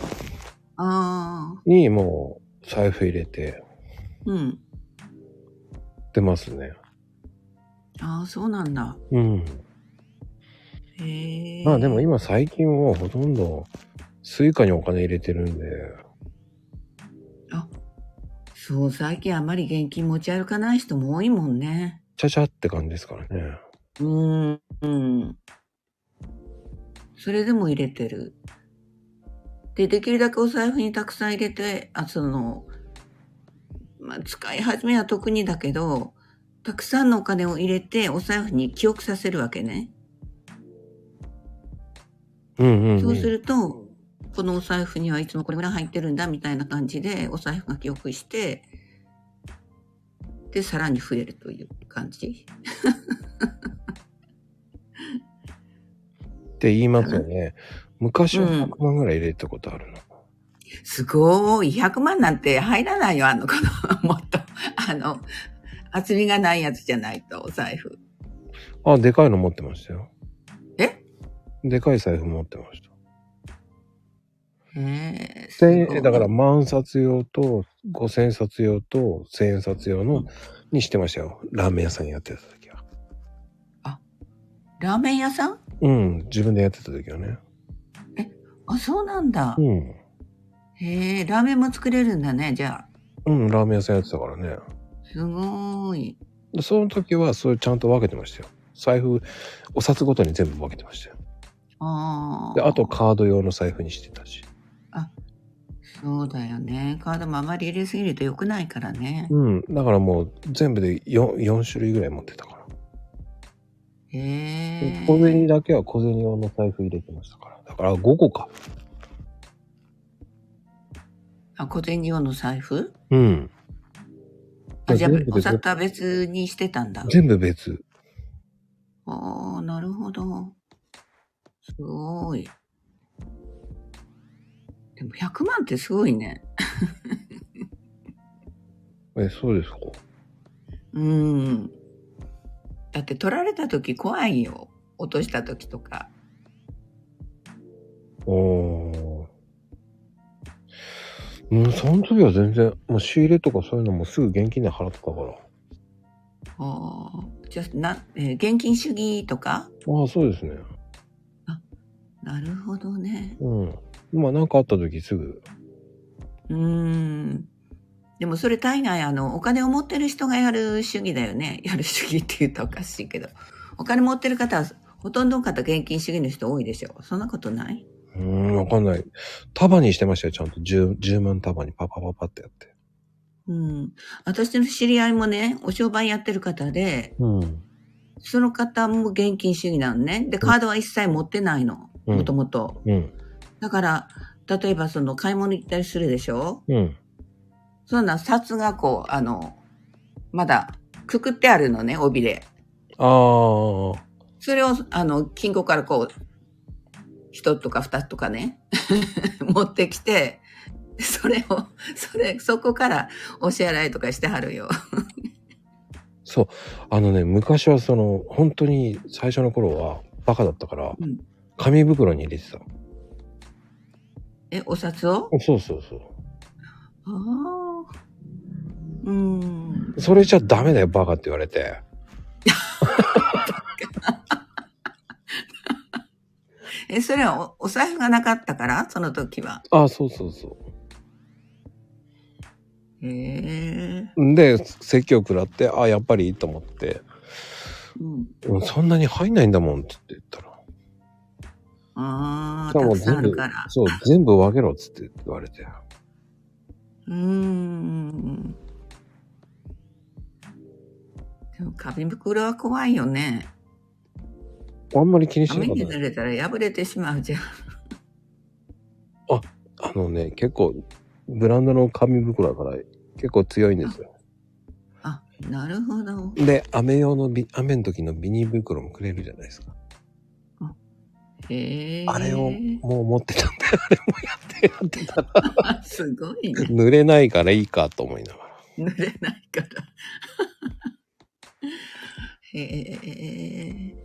Speaker 2: ああ、
Speaker 1: にもう、財布入れて、
Speaker 2: うん。
Speaker 1: 出ますね。
Speaker 2: ああ、そうなんだ。
Speaker 1: うん。
Speaker 2: へえ。
Speaker 1: まあでも今最近はほとんど、スイカにお金入れてるんで、
Speaker 2: そう、最近あんまり現金持ち歩かない人も多いもんね。
Speaker 1: ちゃちゃって感じですからね。
Speaker 2: うーん。うん。それでも入れてる。で、できるだけお財布にたくさん入れて、あ、その、まあ、使い始めは特にだけど、たくさんのお金を入れて、お財布に記憶させるわけね。
Speaker 1: うんうん、うん。
Speaker 2: そうすると、このお財布にはいつもこれぐらい入ってるんだみたいな感じで、お財布が記憶して、で、さらに増えるという感じ。
Speaker 1: って言いますよね。昔は
Speaker 2: うん
Speaker 1: 100万ぐらい入れたことあるの。
Speaker 2: すごい。100万なんて入らないよ、あの、この、 もっと、あの、厚みがないやつじゃないと、お財布。
Speaker 1: あ、でかいの持ってましたよ。
Speaker 2: え
Speaker 1: でかい財布持ってました。
Speaker 2: へえ。す
Speaker 1: 千
Speaker 2: ごい
Speaker 1: 円、だから、万冊用と五千冊用と千円冊用のにしてましたよ。ラーメン屋さんやってた時は。
Speaker 2: ラーメン屋さん
Speaker 1: うん、自分でやってた時はね。
Speaker 2: あ、そうなんだ。
Speaker 1: うん。
Speaker 2: へえ、ラーメンも作れるんだね、じゃあ。
Speaker 1: うん、ラーメン屋さんやってたからね。
Speaker 2: すごい。
Speaker 1: でその時は、それちゃんと分けてましたよ。財布、お札ごとに全部分けてましたよ。
Speaker 2: あ
Speaker 1: で、
Speaker 2: あ。
Speaker 1: あと、カード用の財布にしてたし。
Speaker 2: そうだよね。カードもあまり入れすぎると良くないからね。
Speaker 1: うん、だからもう全部で 4, 4種類ぐらい持ってたから。
Speaker 2: へえ。
Speaker 1: 小銭だけは小銭用の財布入れてましたから。だから5個か。
Speaker 2: あ、小銭用の財布
Speaker 1: うん。
Speaker 2: あ、じゃあ
Speaker 1: 全、部
Speaker 2: お
Speaker 1: 別
Speaker 2: 札とは別にしてたんだ。
Speaker 1: 全部別。
Speaker 2: ああ、なるほど。すごい。でも100万ってすごいね。
Speaker 1: え、そうですか。
Speaker 2: うん。だって取られた時怖いよ。落とした時とか。
Speaker 1: おー。うん、その時は全然、もう仕入れとかそういうのもすぐ現金で払ってたから。
Speaker 2: おーちょっとな、えー現金主義とか
Speaker 1: ああ、そうですね。
Speaker 2: なるほどね。
Speaker 1: うん。まあなんかあった時すぐ。
Speaker 2: うーん。でもそれ大概あの、お金を持ってる人がやる主義だよね。やる主義って言ったらおかしいけど。お金持ってる方は、ほとんどの方現金主義の人多いでしょ。そんなことないう
Speaker 1: ーん、わかんない。束にしてましたよ、ちゃんと。10, 10万束にパパパパってやって。
Speaker 2: うん。私の知り合いもね、お商売やってる方で、
Speaker 1: うん。
Speaker 2: その方も現金主義なのね。で、カードは一切持ってないの。
Speaker 1: うん
Speaker 2: もともと。
Speaker 1: うん。
Speaker 2: だから、例えばその買い物行ったりするでしょ
Speaker 1: うん。
Speaker 2: そんな札がこう、あの、まだくくってあるのね、帯で。
Speaker 1: ああ。
Speaker 2: それを、あの、金庫からこう、一つとか二つとかね、 持ってきて、それを、それ、そこからお支払いとかしてはるよ。
Speaker 1: そう。あのね、昔はその、本当に最初の頃はバカだったから、
Speaker 2: うん
Speaker 1: 紙袋に入れてた。
Speaker 2: え、お札を
Speaker 1: そうそうそう。
Speaker 2: ああ。うん。
Speaker 1: それじゃダメだよ、バカって言われて。
Speaker 2: え、それはおお財布がなかったからその時は。
Speaker 1: ああ、そうそうそ
Speaker 2: へえ。
Speaker 1: う。で、説教食らって、ああ、やっぱりいいと思って、
Speaker 2: うん。
Speaker 1: うんそんなに入んないんだもんって言ったら。
Speaker 2: あ
Speaker 1: じ
Speaker 2: あ、
Speaker 1: ゃあ
Speaker 2: た
Speaker 1: もう
Speaker 2: くさんあ
Speaker 1: 全
Speaker 2: る
Speaker 1: 部
Speaker 2: から。
Speaker 1: そう、全部分けろっつって言われて。
Speaker 2: うーん。でも、紙袋は怖いよね。
Speaker 1: あんまり気にしな
Speaker 2: 雨
Speaker 1: かっ
Speaker 2: に
Speaker 1: た
Speaker 2: 濡
Speaker 1: ね。
Speaker 2: れたら破れてしまうじゃん。
Speaker 1: あのね、結構、ブランドの紙袋だから、結構強いんですよ。
Speaker 2: あ、なるほど。
Speaker 1: で、雨用のビ、雨の時のビニール袋もくれるじゃないですか。
Speaker 2: へえ。
Speaker 1: あれをもう持ってたんで、あれもやってやってた。
Speaker 2: あ すごいね。
Speaker 1: 濡れないからいいかと思いながら。
Speaker 2: 濡れないから。 へえ。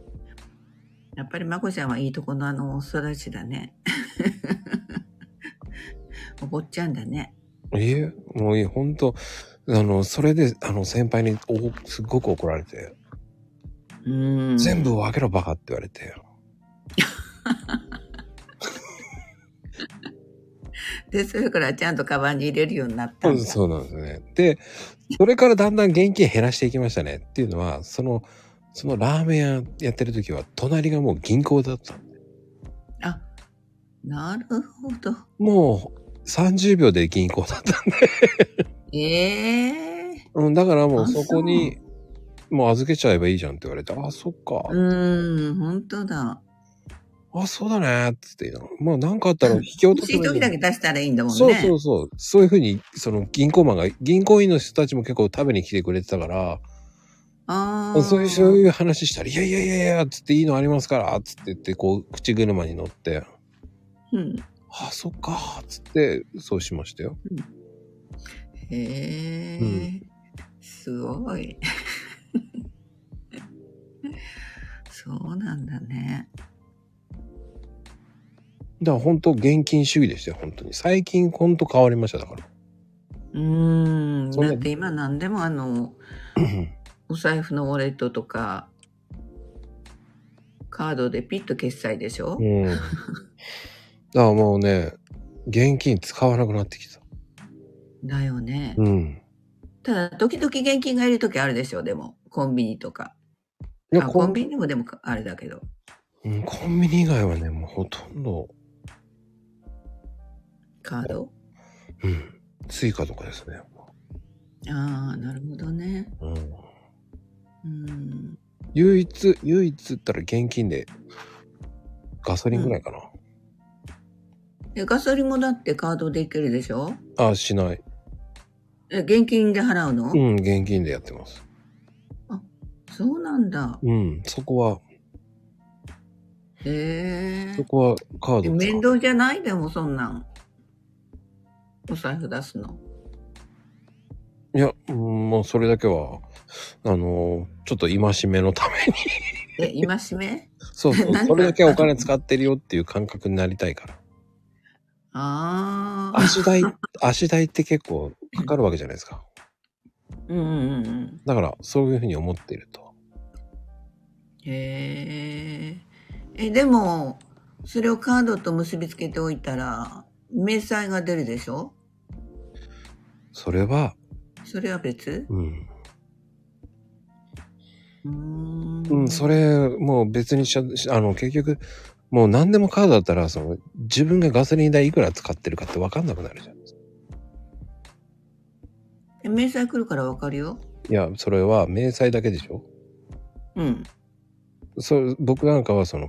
Speaker 2: やっぱりまこちゃんはいいとこのあのお育ちだね。 お坊ちゃんだね。
Speaker 1: いえ、もういい、ほんと、あの、それで、あの、先輩におすっごく怒られて、
Speaker 2: うーん。
Speaker 1: 全部分けろバカって言われて、
Speaker 2: で、それからちゃんとカバンに入れるようになったんだ。
Speaker 1: そうなんですね。で、それからだんだん現金減らしていきましたね。っていうのは、その、そのラーメン屋やってる時は、隣がもう銀行だった。
Speaker 2: あ、なるほど。
Speaker 1: もう、30秒で銀行だったんで。
Speaker 2: ええ
Speaker 1: うん、だからもう
Speaker 2: あ
Speaker 1: そ
Speaker 2: そ
Speaker 1: うこに、もう預けちゃえばいいじゃんって言われて、あ、そっか。
Speaker 2: うーん、本当だ。
Speaker 1: あ、そうだね。つって言うの。まあ、なんかあったら引き落と
Speaker 2: 欲
Speaker 1: す
Speaker 2: しい時だけ出したらいいんだもんね。
Speaker 1: そうそうそう。そういうふうに、その銀行マンが、銀行員の人たちも結構食べに来てくれてたから、
Speaker 2: ああ。
Speaker 1: そういう、そういう話したら、いやいやいやいや、つっていいのありますから、つって言って、こう、口車に乗って、
Speaker 2: うん。
Speaker 1: あ、そっか、つって、そうしましたよ。
Speaker 2: へえ、
Speaker 1: うん
Speaker 2: すごい。 そうなんだね。
Speaker 1: だから本当現金主義でしたよ、本当に。最近本当変わりました、だから。
Speaker 2: うーん。
Speaker 1: そんな
Speaker 2: だって今何でもあの、お財布のウォレットとか、カードでピッと決済でしょ、
Speaker 1: うん。だからもうね、現金使わなくなってきた。
Speaker 2: だよね。
Speaker 1: うん。
Speaker 2: ただ、時々現金がいる時あるでしょでも、コンビニとか。
Speaker 1: いや
Speaker 2: あ
Speaker 1: コ
Speaker 2: コ
Speaker 1: ン
Speaker 2: ンビニでもでもかあれだけど。
Speaker 1: うんコンビニ以外はね、もうほとんど、
Speaker 2: カード
Speaker 1: うん、スイカとかですね。
Speaker 2: ああ、なるほどね。
Speaker 1: うん。
Speaker 2: うん。
Speaker 1: 唯一、唯一って言ったら現金で、ガソリンぐらいかな。
Speaker 2: でガソリンもだってカードでいけるでしょ
Speaker 1: あ、しない。
Speaker 2: え、現金で払うの、
Speaker 1: うん、現金でやってます。
Speaker 2: そうなんだ。
Speaker 1: うん、そこは、
Speaker 2: へ
Speaker 1: そこはカード
Speaker 2: え。
Speaker 1: 使
Speaker 2: 面
Speaker 1: う。
Speaker 2: 倒じゃないでもそんなん。お財布出すの。
Speaker 1: いや、うん、もう それだけは、あのーちょっと戒めのために。
Speaker 2: え、今しめ
Speaker 1: そうそう
Speaker 2: なんか
Speaker 1: それだけお金使ってるよっていう感覚になりたいから
Speaker 2: ああ。
Speaker 1: 足代 足代って結構かかるわけじゃないですか
Speaker 2: うんうんうん。
Speaker 1: だからそういうふうに思っていると
Speaker 2: へえ。え、でも、それをカードと結びつけておいたら、明細が出るでしょ
Speaker 1: それは
Speaker 2: それは別
Speaker 1: うん、
Speaker 2: うーん
Speaker 1: うん、それもう別にしちゃしあの結局もう何でもカードだったらその自分がガソリン代いくら使ってるかって分かんなくなるじゃんい
Speaker 2: え明細来るからわかるよ。
Speaker 1: やそれは明細だけでしょ
Speaker 2: うん。
Speaker 1: そう僕なんかはその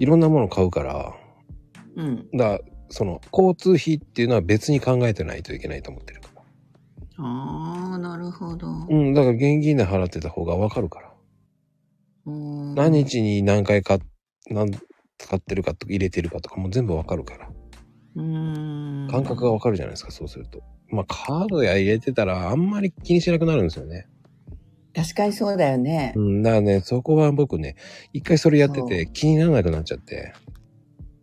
Speaker 1: いろんなもの買うから
Speaker 2: うん。
Speaker 1: だその交通費っていうのは別に考えてないといけないと思ってるから
Speaker 2: ああ、なるほど。
Speaker 1: うんだから現金で払ってた方が分かるから
Speaker 2: うん
Speaker 1: 何日に何回か何使ってるかとか入れてるかとかも全部分かるから
Speaker 2: うーん。
Speaker 1: 感覚が分かるじゃないですかそうするとまあカードや入れてたらあんまり気にしなくなるんですよね
Speaker 2: 確かにそうだよね。
Speaker 1: うんだからねそこは僕ね一回それやってて気にならなくなっちゃって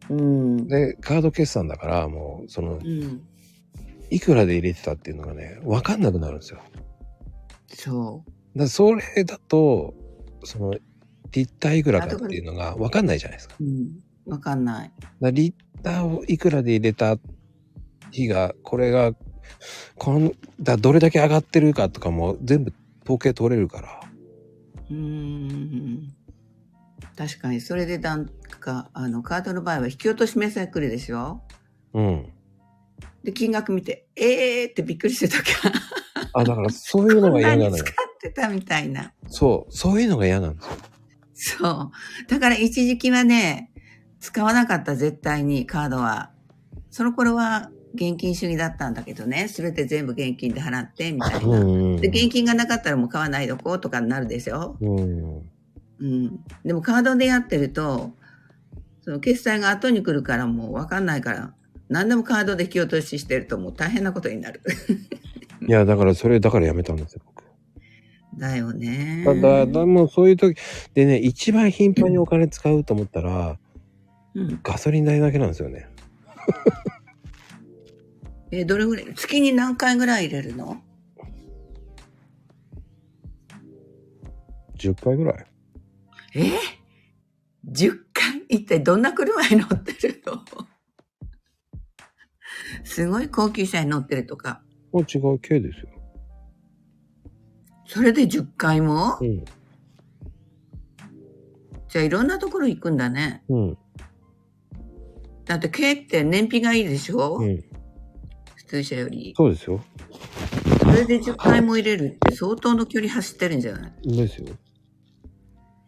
Speaker 2: うん。うん。
Speaker 1: でカード決算だからもうそのいくらで入れてたっていうのがね分かんなくなるんですよ
Speaker 2: そ
Speaker 1: だからそれだとその立体いくらかっていうのが分かんないじゃないですか。だか
Speaker 2: う。うん。わかんない。
Speaker 1: らリッターをいくらで入れた日がこれがこのだどれだけ上がってるかとかも全部統計取れるから
Speaker 2: うーん。確かに、それでなんか、あの、カードの場合は引き落とし明細来るでしょ
Speaker 1: うん
Speaker 2: で、金額見て、えーってびっくりしてたか。
Speaker 1: あ だからそういうのが嫌なの
Speaker 2: 使
Speaker 1: よ
Speaker 2: ってたみたいな。
Speaker 1: そうそういうのが嫌なんですよ
Speaker 2: そう。だから一時期はね、使わなかった絶対にカードは。その頃は現金主義だったんだけどね、すべて全部現金で払って、みたい
Speaker 1: うん
Speaker 2: な。
Speaker 1: うん
Speaker 2: で、現金がなかったらもう買わないどこうとかになるでしょ
Speaker 1: うん
Speaker 2: うん。でもカードでやってると、その決済が後に来るからもうわかんないから、何でもカードで引き落とししてるともう大変なことになる。
Speaker 1: いやだからそれだからやめたんですよ僕
Speaker 2: だよね。
Speaker 1: ただだもうそういう時でね一番頻繁にお金使うと思ったら
Speaker 2: うん。
Speaker 1: ガソリン代だけなんですよね
Speaker 2: え、どれぐらい月に何回ぐらい入れるの
Speaker 1: 10回ぐらい
Speaker 2: えー、10回一体どんな車に乗ってるの すごい高級車に乗ってるとか。
Speaker 1: もう違う系ですよ
Speaker 2: それで10回も、
Speaker 1: うん
Speaker 2: じゃあいろんなところ行くんだね。
Speaker 1: うん
Speaker 2: だって軽って燃費がいいでしょ、
Speaker 1: うん
Speaker 2: 普通車より。
Speaker 1: そうですよ
Speaker 2: それで10回も入れるって相当の距離走ってるんじゃない
Speaker 1: ですよ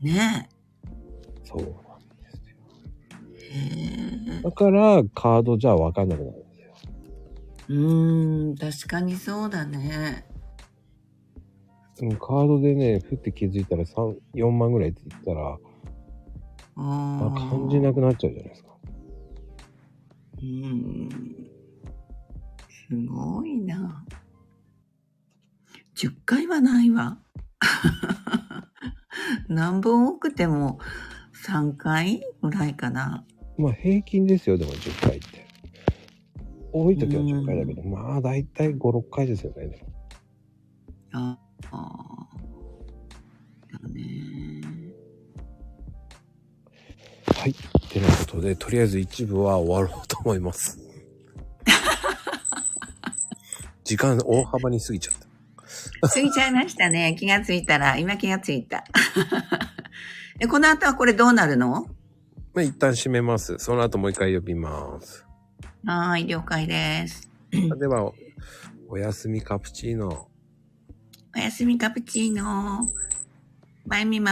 Speaker 2: ね
Speaker 1: そう
Speaker 2: え。へえ
Speaker 1: だからカードじゃ分かんなくなるんですよ
Speaker 2: うーん、確かにそうだね。
Speaker 1: うんカードでねふって気づいたら三4万ぐらいって言ったらあ
Speaker 2: ああ。
Speaker 1: 感じなくなっちゃうじゃないですか
Speaker 2: うーんすごいな。10回はないわ。 何本多くても3回ぐらいかな。
Speaker 1: まあ平均ですよでも10回って多い時は10回だけどまあ大体56回ですよねでも
Speaker 2: ああー。だね。
Speaker 1: はいてなことでとりあえず一部は終わろうと思います時間大幅に過ぎちゃった
Speaker 2: 過ぎちゃいましたね。気がついたら、今気がついた。 え、この後はこれどうなるの
Speaker 1: まあ一旦閉めますその後もう一回呼びます
Speaker 2: はーい、了解です。
Speaker 1: では、おおやすみカプチーノ。
Speaker 2: おやすみカプチーノ。バイミマ